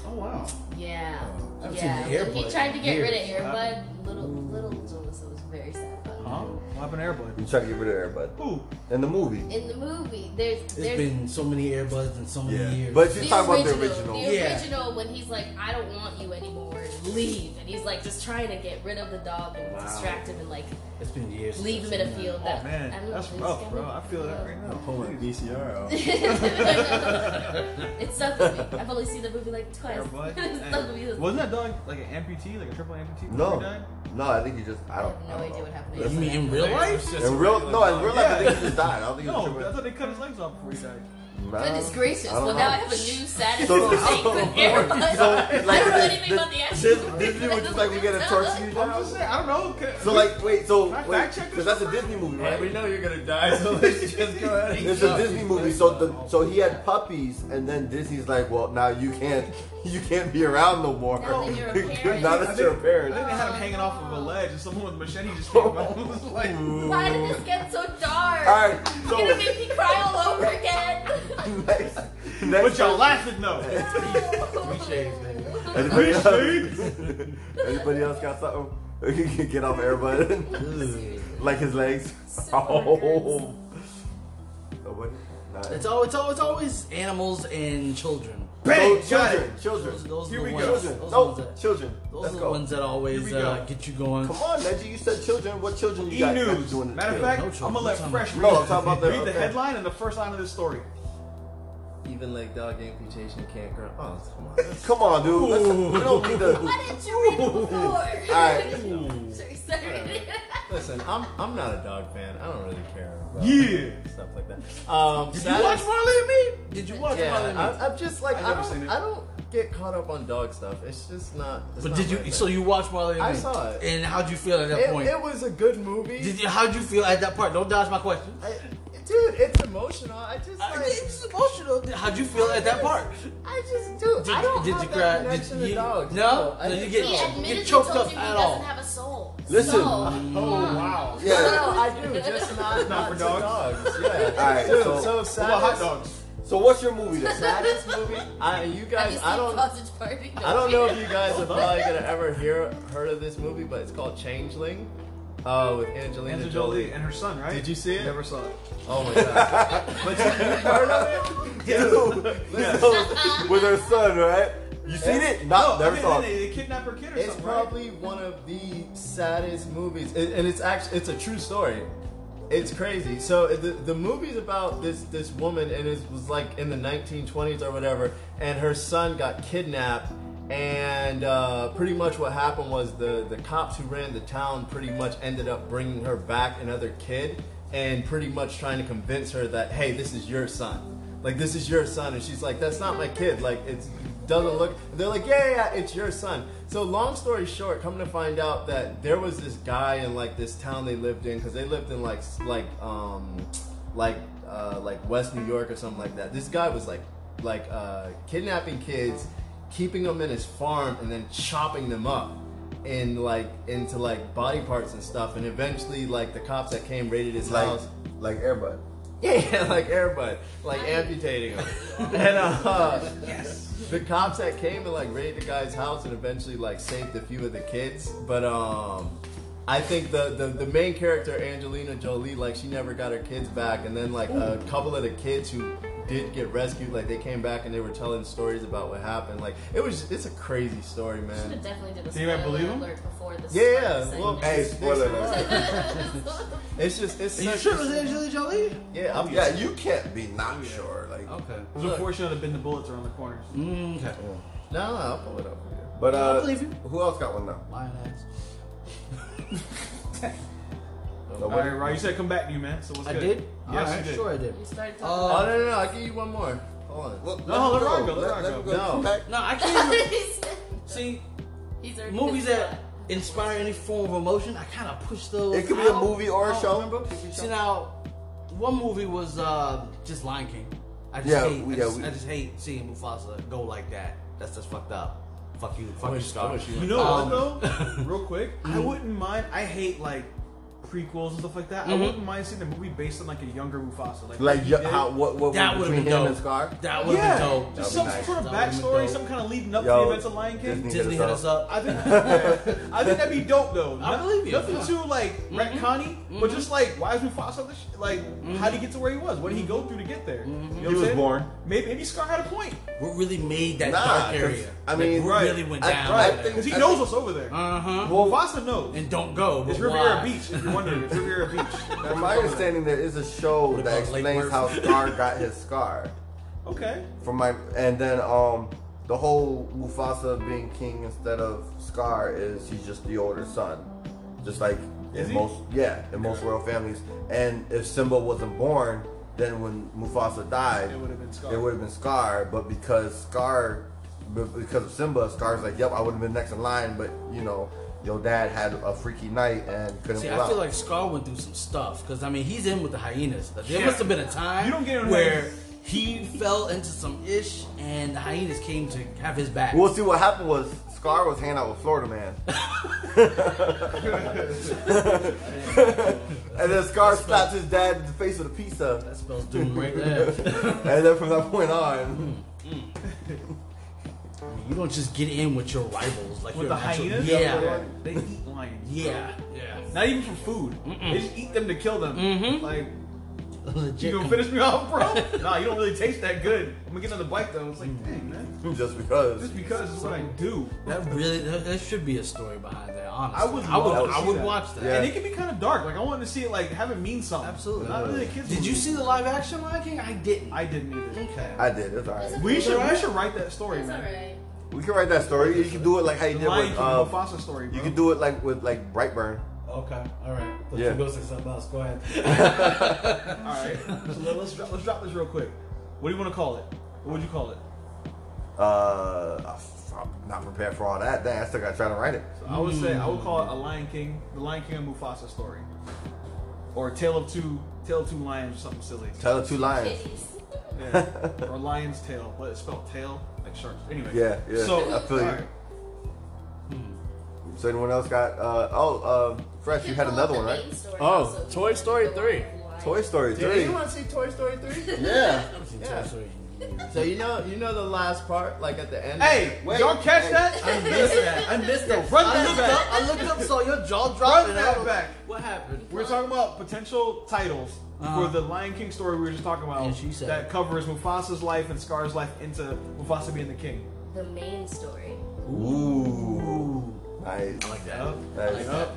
[SPEAKER 1] Oh wow.
[SPEAKER 5] Yeah.
[SPEAKER 1] Oh,
[SPEAKER 4] I've seen
[SPEAKER 5] yeah.
[SPEAKER 4] the
[SPEAKER 5] When he
[SPEAKER 4] Airbud
[SPEAKER 5] tried to get rid of
[SPEAKER 4] years.
[SPEAKER 5] Airbud. Little little Jonas was very sad about.
[SPEAKER 1] Huh? What happened to Airbud?
[SPEAKER 2] You try to get rid of everybody
[SPEAKER 1] Ooh. Oh,
[SPEAKER 2] in the movie.
[SPEAKER 5] it. In the movie, there's
[SPEAKER 4] It's
[SPEAKER 5] there's
[SPEAKER 4] been so many earbuds and so many years.
[SPEAKER 2] but
[SPEAKER 5] the
[SPEAKER 2] you talk about the
[SPEAKER 5] original.
[SPEAKER 2] original.
[SPEAKER 5] The
[SPEAKER 4] Yeah.
[SPEAKER 5] original when he's like, I don't want you anymore, leave, and he's like just trying to get rid of the dog and
[SPEAKER 4] Wow.
[SPEAKER 5] distract him and like
[SPEAKER 4] it's been years.
[SPEAKER 5] leave him
[SPEAKER 4] since
[SPEAKER 5] in
[SPEAKER 4] I've
[SPEAKER 5] a
[SPEAKER 4] seen
[SPEAKER 5] field.
[SPEAKER 4] that.
[SPEAKER 1] Oh man, that's rough, bro. I feel that right
[SPEAKER 3] I'm
[SPEAKER 1] now.
[SPEAKER 3] pulling VCR out.
[SPEAKER 5] It's stuck with me. I've only seen the movie like twice.
[SPEAKER 1] Airbud.
[SPEAKER 5] it's stuck with me.
[SPEAKER 1] And- Wasn't that dog like an amputee, like a triple amputee? before
[SPEAKER 2] No,
[SPEAKER 1] he died?
[SPEAKER 2] no, I think he just I
[SPEAKER 5] I
[SPEAKER 2] don't.
[SPEAKER 5] have
[SPEAKER 2] I
[SPEAKER 5] no
[SPEAKER 2] don't
[SPEAKER 5] idea
[SPEAKER 2] know.
[SPEAKER 5] what happened.
[SPEAKER 4] You mean in real life?
[SPEAKER 2] In real, no, in real life, I
[SPEAKER 1] Yeah.
[SPEAKER 2] think he just died. I don't think he was
[SPEAKER 1] No, I
[SPEAKER 2] tripping.
[SPEAKER 1] thought they cut his legs off before he died.
[SPEAKER 2] Nah,
[SPEAKER 5] Goodness gracious.
[SPEAKER 2] I don't
[SPEAKER 5] Well,
[SPEAKER 2] know.
[SPEAKER 5] now I have a new saddest
[SPEAKER 2] So-
[SPEAKER 5] thing
[SPEAKER 2] so-
[SPEAKER 5] with Airbud.
[SPEAKER 2] so,
[SPEAKER 5] I
[SPEAKER 2] like,
[SPEAKER 5] don't know
[SPEAKER 2] this-
[SPEAKER 5] anything about the actual
[SPEAKER 2] This, this dude was just like we get a torture you
[SPEAKER 1] I'm just
[SPEAKER 2] down.
[SPEAKER 1] saying, I don't know. could-
[SPEAKER 2] So like, wait, so
[SPEAKER 1] Can I
[SPEAKER 2] wait,
[SPEAKER 1] fact check
[SPEAKER 2] because
[SPEAKER 1] this
[SPEAKER 2] that's a Disney movie,
[SPEAKER 3] Hey,
[SPEAKER 2] right?
[SPEAKER 3] we know you're gonna die, so let's just go ahead and
[SPEAKER 2] It's a Disney movie, so the, so he had puppies, and then Disney's like, well, now you can't you can't be around no more.
[SPEAKER 5] Now that you're a parent.
[SPEAKER 2] Now that you're a
[SPEAKER 1] I
[SPEAKER 2] parent.
[SPEAKER 1] think they had him hanging off of a ledge, and someone with a machete just came up. It was like,
[SPEAKER 5] Why did this get so dark?
[SPEAKER 2] All right, so
[SPEAKER 5] You're gonna make me cry all over again.
[SPEAKER 2] next, next
[SPEAKER 1] but y'all laughing though.
[SPEAKER 2] Anybody else, anybody else got something? Get off everybody. like his legs. Oh. Nobody? Nah.
[SPEAKER 4] It's all, it's all, it's always animals and children.
[SPEAKER 1] Bang,
[SPEAKER 2] Those
[SPEAKER 1] got
[SPEAKER 2] children,
[SPEAKER 1] it.
[SPEAKER 2] children.
[SPEAKER 4] Those, those
[SPEAKER 1] Here
[SPEAKER 4] are the
[SPEAKER 1] we
[SPEAKER 4] ones.
[SPEAKER 1] go.
[SPEAKER 4] Those,
[SPEAKER 2] Children.
[SPEAKER 4] are the ones
[SPEAKER 2] No,
[SPEAKER 4] that,
[SPEAKER 2] children.
[SPEAKER 4] those
[SPEAKER 2] Let's
[SPEAKER 4] are the
[SPEAKER 2] go.
[SPEAKER 4] ones that always
[SPEAKER 1] Here we go.
[SPEAKER 4] uh, get you going.
[SPEAKER 2] Come on, Reggie. You said children. What children you
[SPEAKER 1] E
[SPEAKER 2] got?
[SPEAKER 1] News.
[SPEAKER 2] doing this
[SPEAKER 1] Matter of
[SPEAKER 2] kid?
[SPEAKER 1] fact,
[SPEAKER 4] No
[SPEAKER 1] I'm
[SPEAKER 4] children.
[SPEAKER 1] gonna let
[SPEAKER 4] What's on?
[SPEAKER 1] Fresh read,
[SPEAKER 2] No, I'm talking about the-
[SPEAKER 1] read the
[SPEAKER 2] okay.
[SPEAKER 1] headline and the first line of this story.
[SPEAKER 3] Even like dog amputation can't grow. Oh, come on. That's-
[SPEAKER 2] Come on, dude. Let's, we don't need to.
[SPEAKER 5] Why didn't you read it before?
[SPEAKER 2] right.
[SPEAKER 5] Sorry, sorry.
[SPEAKER 3] Listen, I'm I'm not a dog fan. I don't really care. About
[SPEAKER 1] Yeah.
[SPEAKER 3] Stuff like that. Um,
[SPEAKER 4] Did you
[SPEAKER 3] saddest-
[SPEAKER 4] watch Marley
[SPEAKER 1] Oh,
[SPEAKER 4] and Me? Did you watch Marley
[SPEAKER 3] Yeah,
[SPEAKER 4] and Me?
[SPEAKER 3] I, I'm just like
[SPEAKER 1] I've
[SPEAKER 3] I
[SPEAKER 1] never seen
[SPEAKER 3] don't,
[SPEAKER 1] it.
[SPEAKER 3] I don't get caught up on dog stuff. It's just not. It's
[SPEAKER 4] but
[SPEAKER 3] not
[SPEAKER 4] did
[SPEAKER 3] my
[SPEAKER 4] you?
[SPEAKER 3] thing.
[SPEAKER 4] So you watched Marley and
[SPEAKER 3] I
[SPEAKER 4] Me?
[SPEAKER 3] saw it.
[SPEAKER 4] And how'd you feel at that
[SPEAKER 3] it,
[SPEAKER 4] point?
[SPEAKER 3] it was a good movie.
[SPEAKER 4] Did you, how'd you feel at that part? Don't dodge my question.
[SPEAKER 3] I, dude, it's emotional. I just like,
[SPEAKER 4] I-
[SPEAKER 3] I,
[SPEAKER 4] It's emotional. How'd you feel at that part?
[SPEAKER 3] just do.
[SPEAKER 4] Did,
[SPEAKER 3] I don't
[SPEAKER 4] did
[SPEAKER 3] have
[SPEAKER 4] you
[SPEAKER 3] that
[SPEAKER 4] cry?
[SPEAKER 3] connection
[SPEAKER 4] did
[SPEAKER 3] to
[SPEAKER 4] you,
[SPEAKER 3] dogs.
[SPEAKER 4] No,
[SPEAKER 3] I
[SPEAKER 4] did you
[SPEAKER 3] just
[SPEAKER 4] get,
[SPEAKER 5] He
[SPEAKER 4] get
[SPEAKER 5] admitted
[SPEAKER 4] choked
[SPEAKER 5] told
[SPEAKER 4] up
[SPEAKER 5] you he
[SPEAKER 4] at
[SPEAKER 5] doesn't
[SPEAKER 4] all?
[SPEAKER 5] have a soul.
[SPEAKER 2] Listen.
[SPEAKER 5] So,
[SPEAKER 1] Oh wow.
[SPEAKER 3] No,
[SPEAKER 2] Yeah.
[SPEAKER 3] no, I do. Just
[SPEAKER 1] Not
[SPEAKER 3] not, not
[SPEAKER 1] for
[SPEAKER 3] for
[SPEAKER 1] dogs.
[SPEAKER 3] dogs. Yeah.
[SPEAKER 2] All right,
[SPEAKER 3] Dude,
[SPEAKER 2] so-
[SPEAKER 3] so
[SPEAKER 1] What about hot
[SPEAKER 3] saddest,
[SPEAKER 1] dogs?
[SPEAKER 2] So what's your movie then?
[SPEAKER 3] saddest movie. I, you
[SPEAKER 5] have you
[SPEAKER 3] guys,
[SPEAKER 5] seen
[SPEAKER 3] I don't.
[SPEAKER 5] Sausage Party?
[SPEAKER 3] I don't know if you guys are probably gonna ever hear heard of this movie, but it's called Changeling, uh, with Angelina,
[SPEAKER 1] Angelina
[SPEAKER 3] Jolie.
[SPEAKER 1] Jolie and her son, right?
[SPEAKER 3] Did you see it?
[SPEAKER 1] Never saw it.
[SPEAKER 3] Oh my god! but you you heard of it?
[SPEAKER 2] Dude, so, with her son, right? You seen it? No,
[SPEAKER 1] I
[SPEAKER 2] never
[SPEAKER 1] mean,
[SPEAKER 2] saw
[SPEAKER 1] They,
[SPEAKER 2] it.
[SPEAKER 1] they kidnap her kid or
[SPEAKER 3] It's
[SPEAKER 1] something.
[SPEAKER 3] probably one of the saddest movies, and and it's actually it's a true story. It's crazy. So the the movie's about this this woman, and it was like in the 1920s or whatever, and her son got kidnapped. And uh, pretty much what happened was the, the cops who ran the town pretty much ended up bringing her back another kid and pretty much trying to convince her that, hey, this is your son. Like, this is your son. And she's like, that's not my kid. Like, it's doesn't look. They're like, yeah, yeah, yeah, it's your son. So long story short, come to find out that there was this guy in like this town they lived in because they lived in like s- like um like uh, like West New York or something like that. This guy was like like uh, kidnapping kids, keeping them in his farm, and then chopping them up. in like into like body parts and stuff, and eventually like the cops that came raided his
[SPEAKER 2] Like,
[SPEAKER 3] house.
[SPEAKER 2] like everybody.
[SPEAKER 3] Yeah, yeah, like Airbud, like amputating him. And uh, the cops that came and like raided the guy's house and eventually like saved a few of the kids. But um, I think the, the the main character Angelina Jolie, like she never got her kids back, and then like a couple of the kids who did get rescued, like they came back and they were telling stories about what happened. Like it was, it's a crazy story,
[SPEAKER 5] Should have
[SPEAKER 3] man.
[SPEAKER 5] definitely did a
[SPEAKER 1] Do you
[SPEAKER 5] spoiler
[SPEAKER 1] even believe him?
[SPEAKER 5] alert before this.
[SPEAKER 3] Yeah, yeah, well,
[SPEAKER 2] Hey, spoiler alert.
[SPEAKER 3] It's just, it's
[SPEAKER 4] you
[SPEAKER 3] such-
[SPEAKER 4] sure it was Angelina Jolie?
[SPEAKER 3] yeah, I'm,
[SPEAKER 2] Yeah, you can't be not sure. Like,
[SPEAKER 4] Okay. Oh,
[SPEAKER 1] It was unfortunate to have been the bullets around the corners.
[SPEAKER 4] Okay.
[SPEAKER 3] no, no, I'll pull it up. for you.
[SPEAKER 2] but
[SPEAKER 4] I
[SPEAKER 2] uh,
[SPEAKER 4] believe you.
[SPEAKER 2] who else got one now?
[SPEAKER 4] Lion ass.
[SPEAKER 1] All right, Rob, you said come back to you, man. So what's
[SPEAKER 4] I
[SPEAKER 1] good?
[SPEAKER 4] did?
[SPEAKER 1] Yes,
[SPEAKER 4] Alright,
[SPEAKER 1] you did.
[SPEAKER 4] Sure, I did.
[SPEAKER 5] You started
[SPEAKER 4] Uh,
[SPEAKER 5] talking.
[SPEAKER 3] Oh no, no, no, I'll give you one more. Hold on.
[SPEAKER 2] Well,
[SPEAKER 1] No, let Rock go, let Rock
[SPEAKER 2] him
[SPEAKER 1] go.
[SPEAKER 3] No.
[SPEAKER 2] Come back.
[SPEAKER 4] No, I
[SPEAKER 5] about
[SPEAKER 4] can't. even- See,
[SPEAKER 5] He's already
[SPEAKER 4] movies
[SPEAKER 5] pissed
[SPEAKER 4] that inspire any form of emotion, I kind of push those.
[SPEAKER 2] It could be a
[SPEAKER 4] out.
[SPEAKER 2] movie or a
[SPEAKER 4] Oh.
[SPEAKER 2] show. Remember?
[SPEAKER 4] See now, one movie was uh, just Lion King. I just
[SPEAKER 2] Yeah,
[SPEAKER 4] hate.
[SPEAKER 2] we-
[SPEAKER 4] I,
[SPEAKER 2] yeah,
[SPEAKER 4] just,
[SPEAKER 2] we-
[SPEAKER 4] I just hate seeing Mufasa go like that. That's just fucked up. Fuck you.
[SPEAKER 3] I
[SPEAKER 4] Fuck you,
[SPEAKER 3] wish- I
[SPEAKER 4] Scar.
[SPEAKER 3] wish you
[SPEAKER 1] You know
[SPEAKER 4] Um,
[SPEAKER 1] what though? Real quick, I wouldn't mind. I hate like prequels and stuff like that. I wouldn't mind seeing a movie based on like a younger Mufasa, like
[SPEAKER 2] Like,
[SPEAKER 1] he
[SPEAKER 2] y-
[SPEAKER 1] did.
[SPEAKER 2] how what what
[SPEAKER 4] That
[SPEAKER 2] was between
[SPEAKER 4] would've been
[SPEAKER 2] him
[SPEAKER 4] dope.
[SPEAKER 2] and Scar?
[SPEAKER 4] That would have
[SPEAKER 1] Yeah,
[SPEAKER 4] been
[SPEAKER 1] just
[SPEAKER 4] dope.
[SPEAKER 2] That'd
[SPEAKER 1] some
[SPEAKER 2] be nice.
[SPEAKER 1] sort of
[SPEAKER 4] That would've been
[SPEAKER 1] backstory,
[SPEAKER 4] dope.
[SPEAKER 1] some kind of leading up
[SPEAKER 2] Yo,
[SPEAKER 1] to the events of Lion King.
[SPEAKER 2] Disney
[SPEAKER 4] Disney hit us up.
[SPEAKER 1] I think, I think that'd be dope though.
[SPEAKER 4] I
[SPEAKER 1] Not-
[SPEAKER 4] believe you.
[SPEAKER 1] Nothing
[SPEAKER 4] Yeah.
[SPEAKER 1] too like retconny, but just like why is Mufasa the sh- like how did he get to where he was? What did he go through to get there? You know what
[SPEAKER 2] He
[SPEAKER 1] I'm
[SPEAKER 2] was
[SPEAKER 1] saying?
[SPEAKER 2] born.
[SPEAKER 1] Maybe, maybe Scar had a point
[SPEAKER 4] What really made that
[SPEAKER 2] Nah,
[SPEAKER 4] dark
[SPEAKER 2] 'cause,
[SPEAKER 4] area?
[SPEAKER 2] I mean,
[SPEAKER 4] that
[SPEAKER 1] right.
[SPEAKER 4] really went
[SPEAKER 2] I-
[SPEAKER 4] down.
[SPEAKER 2] right, I
[SPEAKER 4] there.
[SPEAKER 2] think-
[SPEAKER 1] because he knows what's over there.
[SPEAKER 4] uh-huh.
[SPEAKER 1] well, Mufasa knows.
[SPEAKER 4] and don't go.
[SPEAKER 1] it's
[SPEAKER 4] but
[SPEAKER 1] Riviera
[SPEAKER 4] why?
[SPEAKER 1] Beach. If you're wondering, it's Riviera Beach. That's
[SPEAKER 2] From
[SPEAKER 1] what's
[SPEAKER 2] my
[SPEAKER 1] over there.
[SPEAKER 2] understanding, there is a show
[SPEAKER 4] What
[SPEAKER 2] that
[SPEAKER 4] about Lake
[SPEAKER 2] explains how
[SPEAKER 4] Mercy?
[SPEAKER 2] Scar got his scar.
[SPEAKER 1] Okay.
[SPEAKER 2] From my and then um the whole Mufasa being king instead of Scar is he's just the older son, just like
[SPEAKER 1] Is
[SPEAKER 2] in
[SPEAKER 1] he?
[SPEAKER 2] most yeah in most royal families. And if Simba wasn't born, then when Mufasa died,
[SPEAKER 1] It would've been Scar.
[SPEAKER 2] It would have been Scar, but because Scar, b- because of Simba, Scar's like, yep, I would have been next in line, but you know. Your dad had a freaky night and couldn't
[SPEAKER 4] See,
[SPEAKER 2] pull
[SPEAKER 4] I feel
[SPEAKER 2] out.
[SPEAKER 4] like Scar went through some stuff because I mean he's in with the hyenas. Like, there
[SPEAKER 1] Yeah.
[SPEAKER 4] must have been a time
[SPEAKER 1] You don't get on
[SPEAKER 4] where
[SPEAKER 1] hyenas.
[SPEAKER 4] he fell into some ish, and the hyenas came to have his back.
[SPEAKER 2] Well, see what happened was Scar was hanging out with Florida Man, and then Scar slapped his dad in the face with a pizza,
[SPEAKER 4] that spells doom right there.
[SPEAKER 2] and then from that point on,
[SPEAKER 4] I mean, you don't just get in with your rivals like
[SPEAKER 1] With the
[SPEAKER 4] your natural-
[SPEAKER 1] hyenas?
[SPEAKER 4] Yeah,
[SPEAKER 1] They eat lions.
[SPEAKER 4] yeah, yeah.
[SPEAKER 1] Not even for food. They just eat them to kill them. Like, you
[SPEAKER 4] Legit.
[SPEAKER 1] gonna finish me off, bro? nah, you don't really taste that good. I'm gonna get another bite though. It's like, dang, man.
[SPEAKER 2] just because
[SPEAKER 1] Just because is what I do.
[SPEAKER 4] that really that, that should be a story behind that. Honestly,
[SPEAKER 1] I would
[SPEAKER 4] I would,
[SPEAKER 1] love to
[SPEAKER 4] I
[SPEAKER 1] see
[SPEAKER 4] would
[SPEAKER 1] that.
[SPEAKER 4] watch that.
[SPEAKER 2] Yeah.
[SPEAKER 1] And it can be kind of dark. Like, I wanted to see it, like, have it mean something.
[SPEAKER 4] Absolutely.
[SPEAKER 1] Not really a kid's
[SPEAKER 4] Did you
[SPEAKER 1] movie.
[SPEAKER 4] see the live action Lion King? I didn't.
[SPEAKER 1] I didn't either.
[SPEAKER 4] okay.
[SPEAKER 2] I did. It's alright.
[SPEAKER 1] We should, we
[SPEAKER 4] alright.
[SPEAKER 1] should write that story,
[SPEAKER 5] That's
[SPEAKER 1] man.
[SPEAKER 5] alright.
[SPEAKER 2] We can write that story. You can do it like how you
[SPEAKER 1] The
[SPEAKER 2] did
[SPEAKER 1] Lion
[SPEAKER 2] with.
[SPEAKER 1] King,
[SPEAKER 2] Uh,
[SPEAKER 1] Mufasa story, bro.
[SPEAKER 2] you can do it like with like Brightburn.
[SPEAKER 4] Okay. All right.
[SPEAKER 2] you Yeah. were gonna
[SPEAKER 4] something else. Go ahead.
[SPEAKER 1] All right. So let- let's, drop, let's drop this real quick. What do you want to call it? What would you call it?
[SPEAKER 2] Uh, I'm not prepared for all that. Dang, I still gotta try to write it.
[SPEAKER 1] So I would say I would call it a Lion King, the Lion King and Mufasa story, or Tale of Two, Tale of Two Lions, or something silly,
[SPEAKER 2] Tell the two lions.
[SPEAKER 5] Kitties.
[SPEAKER 1] yeah. or Lion's Tail, but it's spelled tail like sharks. Anyway,
[SPEAKER 2] Yeah, yeah.
[SPEAKER 1] So
[SPEAKER 2] I feel you.
[SPEAKER 1] alright.
[SPEAKER 2] So anyone else got? Uh, oh, uh, Fresh, you had another one, right?
[SPEAKER 3] Oh, Toy Story 3.
[SPEAKER 2] Toy Story
[SPEAKER 3] Dude,
[SPEAKER 2] three.
[SPEAKER 3] you want to see Toy Story three?
[SPEAKER 2] Yeah.
[SPEAKER 3] Yeah. So you know, you know the last part, like at the end.
[SPEAKER 1] Hey, y'all catch that?
[SPEAKER 4] I missed that. I missed that.
[SPEAKER 1] Run
[SPEAKER 4] I
[SPEAKER 1] that
[SPEAKER 4] looked
[SPEAKER 1] back.
[SPEAKER 4] up. I looked up. Saw your jaw
[SPEAKER 1] Run
[SPEAKER 4] dropping.
[SPEAKER 1] that
[SPEAKER 4] out.
[SPEAKER 1] back.
[SPEAKER 4] What happened?
[SPEAKER 1] We're talking about potential titles
[SPEAKER 4] Uh-huh.
[SPEAKER 1] for the Lion King story we were just talking about
[SPEAKER 4] And she said-
[SPEAKER 1] that covers Mufasa's life and Scar's life into Mufasa being the king.
[SPEAKER 5] The main story.
[SPEAKER 2] Ooh. Nice.
[SPEAKER 4] I like that.
[SPEAKER 1] Yup.
[SPEAKER 2] Nice.
[SPEAKER 1] Yup.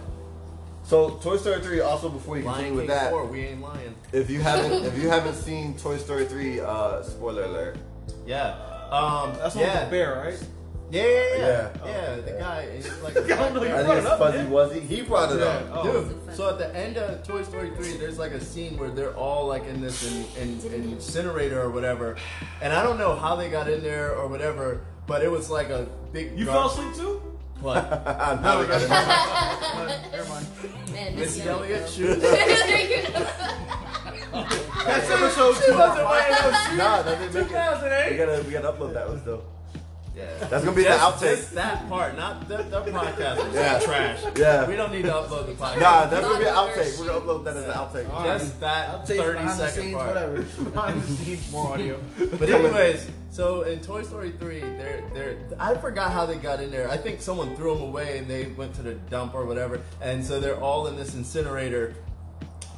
[SPEAKER 2] So Toy Story three. Also, before you
[SPEAKER 3] Lion
[SPEAKER 2] continue
[SPEAKER 3] King
[SPEAKER 2] with that,
[SPEAKER 3] four, we ain't lying.
[SPEAKER 2] if you haven't if you haven't seen Toy Story three, uh, spoiler alert.
[SPEAKER 3] Yeah. Um.
[SPEAKER 1] That's
[SPEAKER 3] yeah.
[SPEAKER 1] not the bear, right?
[SPEAKER 3] Yeah, yeah, yeah.
[SPEAKER 2] Yeah.
[SPEAKER 3] Yeah, the guy is like.
[SPEAKER 1] I don't know, you
[SPEAKER 2] I
[SPEAKER 1] brought
[SPEAKER 2] think
[SPEAKER 1] it
[SPEAKER 2] it's
[SPEAKER 1] up,
[SPEAKER 2] Fuzzy
[SPEAKER 1] man.
[SPEAKER 2] Wuzzy. He brought it up.
[SPEAKER 1] Yeah. Oh.
[SPEAKER 3] Dude, so at the end of Toy Story 3, there's like a scene where they're all like in this in, in, in incinerator or whatever, and I don't know how they got in there or whatever, but it was like a big.
[SPEAKER 1] You fell
[SPEAKER 3] gar-
[SPEAKER 1] asleep too? Oh.
[SPEAKER 3] What?
[SPEAKER 2] Now we gotta-
[SPEAKER 1] Uh, never mind.
[SPEAKER 5] Man,
[SPEAKER 3] Missy
[SPEAKER 5] Missy
[SPEAKER 3] Elliott
[SPEAKER 5] Elliott.
[SPEAKER 3] shoes.
[SPEAKER 1] That's episode two.
[SPEAKER 3] wasn't wearing no shoes.
[SPEAKER 2] Nah, that didn't make it.
[SPEAKER 3] 2008.
[SPEAKER 2] We gotta we gotta upload that one still.
[SPEAKER 3] Yeah.
[SPEAKER 2] That's gonna be the
[SPEAKER 3] Just-
[SPEAKER 2] outtake.
[SPEAKER 3] just that part, not that, that podcast was
[SPEAKER 2] Yeah.
[SPEAKER 3] trash.
[SPEAKER 2] Yeah.
[SPEAKER 3] We don't need to upload the podcast.
[SPEAKER 2] Nah, that's gonna be an outtake. We're gonna upload that as an outtake.
[SPEAKER 4] Alright.
[SPEAKER 3] Just that
[SPEAKER 4] I'll take
[SPEAKER 3] 30
[SPEAKER 4] behind the
[SPEAKER 3] second
[SPEAKER 4] scenes,
[SPEAKER 3] part.
[SPEAKER 4] whatever. behind the scenes, more audio.
[SPEAKER 3] But anyways, so in Toy Story 3, they're, they're, I forgot how they got in there. I think someone threw them away and they went to the dump or whatever. And so they're all in this incinerator.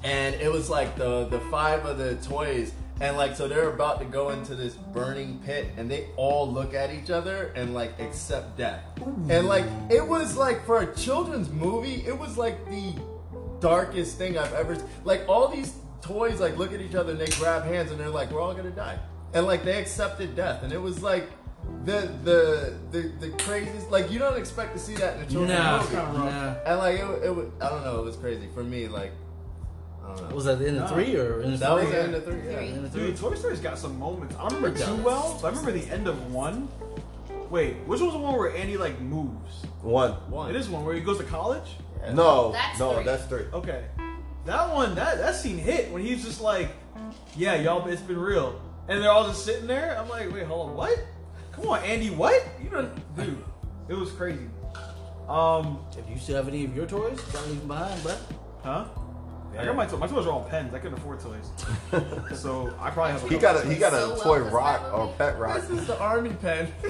[SPEAKER 3] And it was like the, the five of the toys. And like, so they're about to go into this burning pit and they all look at each other and like accept death. And like, it was like for a children's movie, it was like the darkest thing I've ever like all these toys like look at each other and they grab hands and they're like we're all gonna die and like they accepted death and it was like the the the, the craziest like you don't expect to see that in a
[SPEAKER 4] No,
[SPEAKER 3] children's movie
[SPEAKER 4] no.
[SPEAKER 3] and like it, it was I don't know it was crazy for me like I don't know
[SPEAKER 4] Was that in the three or in the
[SPEAKER 3] that was
[SPEAKER 4] four?
[SPEAKER 3] the end of three yeah.
[SPEAKER 5] Three.
[SPEAKER 4] In the three.
[SPEAKER 1] Dude, Toy Story's got some moments. I don't remember
[SPEAKER 4] It
[SPEAKER 1] too
[SPEAKER 4] does.
[SPEAKER 1] well, but I remember the end of one. Wait, which was the one where Andy like moves?
[SPEAKER 2] One.
[SPEAKER 3] one
[SPEAKER 1] It is one where he goes to college.
[SPEAKER 2] No,
[SPEAKER 5] That's
[SPEAKER 2] no,
[SPEAKER 5] three.
[SPEAKER 2] that's three.
[SPEAKER 1] Okay, that one that that scene hit when he's just like, "Yeah, y'all, it's been real," and they're all just sitting there. I'm like, "Wait, hold on, what? Come on, Andy, what? You don't, dude. It was crazy." Um,
[SPEAKER 4] If you still have any of your toys, don't leave them behind, bro.
[SPEAKER 1] huh? I got my to- my toys are all pens. I couldn't afford toys, so I probably have. A
[SPEAKER 2] He
[SPEAKER 1] couple
[SPEAKER 2] got a he got
[SPEAKER 5] So
[SPEAKER 2] a
[SPEAKER 5] well,
[SPEAKER 2] toy
[SPEAKER 5] that's
[SPEAKER 2] rock
[SPEAKER 5] not
[SPEAKER 2] or
[SPEAKER 5] okay.
[SPEAKER 2] pet rock.
[SPEAKER 3] this is the army pen
[SPEAKER 1] what,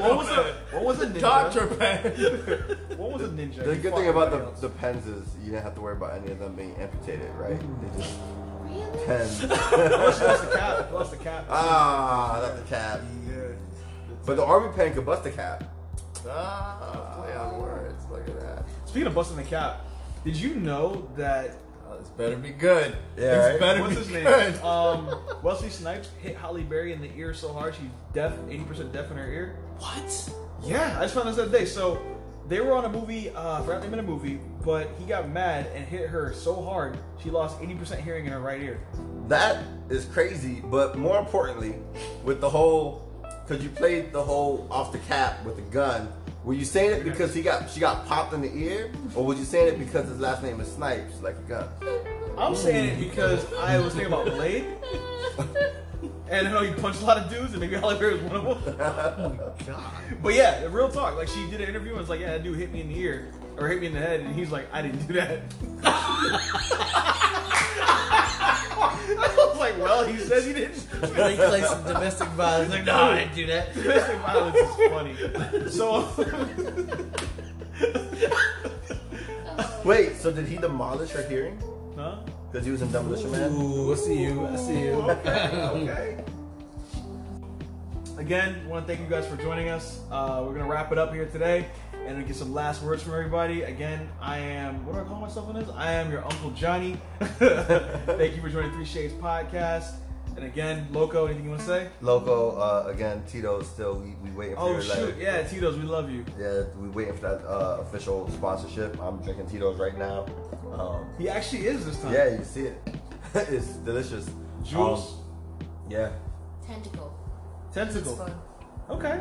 [SPEAKER 1] what was a what was a ninja?
[SPEAKER 3] doctor pen
[SPEAKER 1] What was a ninja?
[SPEAKER 2] The
[SPEAKER 1] He
[SPEAKER 2] good
[SPEAKER 1] fought
[SPEAKER 2] thing about
[SPEAKER 1] everybody else.
[SPEAKER 2] the, the pens is you didn't have to worry about any of them being amputated, right?
[SPEAKER 1] Mm-hmm.
[SPEAKER 2] They just
[SPEAKER 5] Really?
[SPEAKER 2] pens.
[SPEAKER 1] Plus the cap. Plus the cap.
[SPEAKER 2] ah, not the cap. But the army pen could bust the cap.
[SPEAKER 3] ah play on words look at that
[SPEAKER 1] Speaking of busting the cap, did you know that
[SPEAKER 3] oh, this better be good
[SPEAKER 2] Yeah,
[SPEAKER 3] this
[SPEAKER 2] right?
[SPEAKER 3] better
[SPEAKER 1] what's
[SPEAKER 3] be
[SPEAKER 1] his name?
[SPEAKER 3] good
[SPEAKER 1] Um, Wesley Snipes hit Holly Berry in the ear so hard she's deaf, eighty percent deaf in her ear.
[SPEAKER 4] What?
[SPEAKER 1] Yeah, I just found this the other day. So they were on a movie. Uh, I forgot the name of the movie, but he got mad and hit her so hard she lost eighty percent hearing in her right ear.
[SPEAKER 2] That is crazy, but more importantly, with the whole, because you played the whole off the cap with the gun. Were you saying it because he got she got popped in the ear, or was you saying it because his last name is Snipes, like a gun?
[SPEAKER 1] I'm saying it because I was thinking about Blade. And I know he punched a lot of dudes, and maybe Holly Berry was one of them.
[SPEAKER 4] God.
[SPEAKER 1] But yeah, real talk. Like she did an interview and was like, "Yeah, that dude hit me in the ear or hit me in the head," and he's like, "I didn't do that." I was like, "Well, he says he didn't."
[SPEAKER 4] they play some domestic violence. Like, no, I didn't do that.
[SPEAKER 1] Domestic violence is funny. So
[SPEAKER 2] Wait, so did he demolish her hearing?
[SPEAKER 1] huh?
[SPEAKER 2] Because he was in Demolition Man.
[SPEAKER 4] Ooh, I see you. I see you.
[SPEAKER 1] okay. Again, want to thank you guys for joining us. Uh, we're gonna wrap it up here today, and we get some last words from everybody. Again, I am what do I call myself on this? I am your Uncle Johnny. thank you for joining Three Shades Podcast. And again, Loco, anything you want to say?
[SPEAKER 2] Loco, uh, again, Tito's still we, we waiting for
[SPEAKER 1] Oh
[SPEAKER 2] your
[SPEAKER 1] shoot,
[SPEAKER 2] letter.
[SPEAKER 1] yeah, Tito's, we love you.
[SPEAKER 2] Yeah, we waiting for that uh, official sponsorship. I'm drinking Tito's right now. Um,
[SPEAKER 1] He actually is this time.
[SPEAKER 2] yeah, you see it. it's delicious.
[SPEAKER 1] Jules,
[SPEAKER 2] Um, yeah.
[SPEAKER 5] Tentacle. It's
[SPEAKER 1] tentacle.
[SPEAKER 5] fun.
[SPEAKER 1] Okay.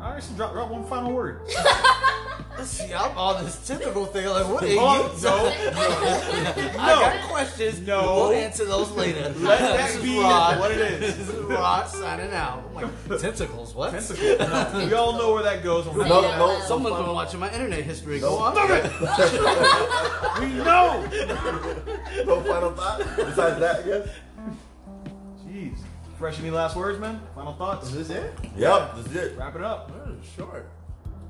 [SPEAKER 1] All right, so drop, drop one final word.
[SPEAKER 4] See, I'm on this typical thing. Like, what are you?
[SPEAKER 1] Oh, no.
[SPEAKER 4] I got questions.
[SPEAKER 1] No.
[SPEAKER 4] We'll answer those later.
[SPEAKER 1] Let
[SPEAKER 4] This
[SPEAKER 1] that
[SPEAKER 4] is
[SPEAKER 1] be
[SPEAKER 4] Rod.
[SPEAKER 1] what it is.
[SPEAKER 4] This is Rod signing out. I'm like, tentacles, what?
[SPEAKER 1] Tentacle. No, we all know where that goes. on
[SPEAKER 2] No,
[SPEAKER 5] Yeah.
[SPEAKER 2] no,
[SPEAKER 4] Someone's been watching my internet history. Go on.
[SPEAKER 1] We know.
[SPEAKER 2] no final thought besides that. Yes.
[SPEAKER 1] Jeez. Fresh, any last words, man? Final thoughts?
[SPEAKER 3] is this it
[SPEAKER 2] Yep. This is it.
[SPEAKER 1] Wrap it up.
[SPEAKER 3] oh, short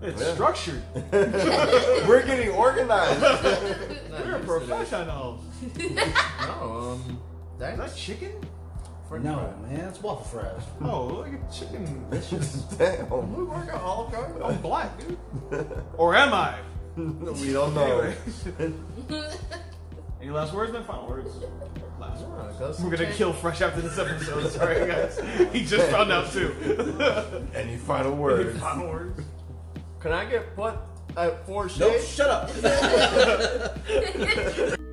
[SPEAKER 1] It's
[SPEAKER 2] Yeah.
[SPEAKER 1] structured.
[SPEAKER 2] We're getting organized.
[SPEAKER 1] You're a professional.
[SPEAKER 3] No, um,
[SPEAKER 1] Is that
[SPEAKER 3] thanks.
[SPEAKER 1] chicken?
[SPEAKER 3] French
[SPEAKER 4] No,
[SPEAKER 3] fries.
[SPEAKER 4] man, it's waffle fries.
[SPEAKER 1] Oh, look at chicken.
[SPEAKER 2] Damn.
[SPEAKER 3] We work at Olive Garden.
[SPEAKER 1] I'm black, dude. Or am I?
[SPEAKER 2] We don't know.
[SPEAKER 1] Anyway.
[SPEAKER 3] Oh.
[SPEAKER 1] any last words, man? Final words. Last words.
[SPEAKER 3] Oh, go
[SPEAKER 1] We're gonna kill Fresh after this episode. Sorry, guys. He just found out too.
[SPEAKER 2] Any final words?
[SPEAKER 1] Final words.
[SPEAKER 3] Can I get put at uh, four
[SPEAKER 2] Nope.
[SPEAKER 3] shades?
[SPEAKER 2] Shut up.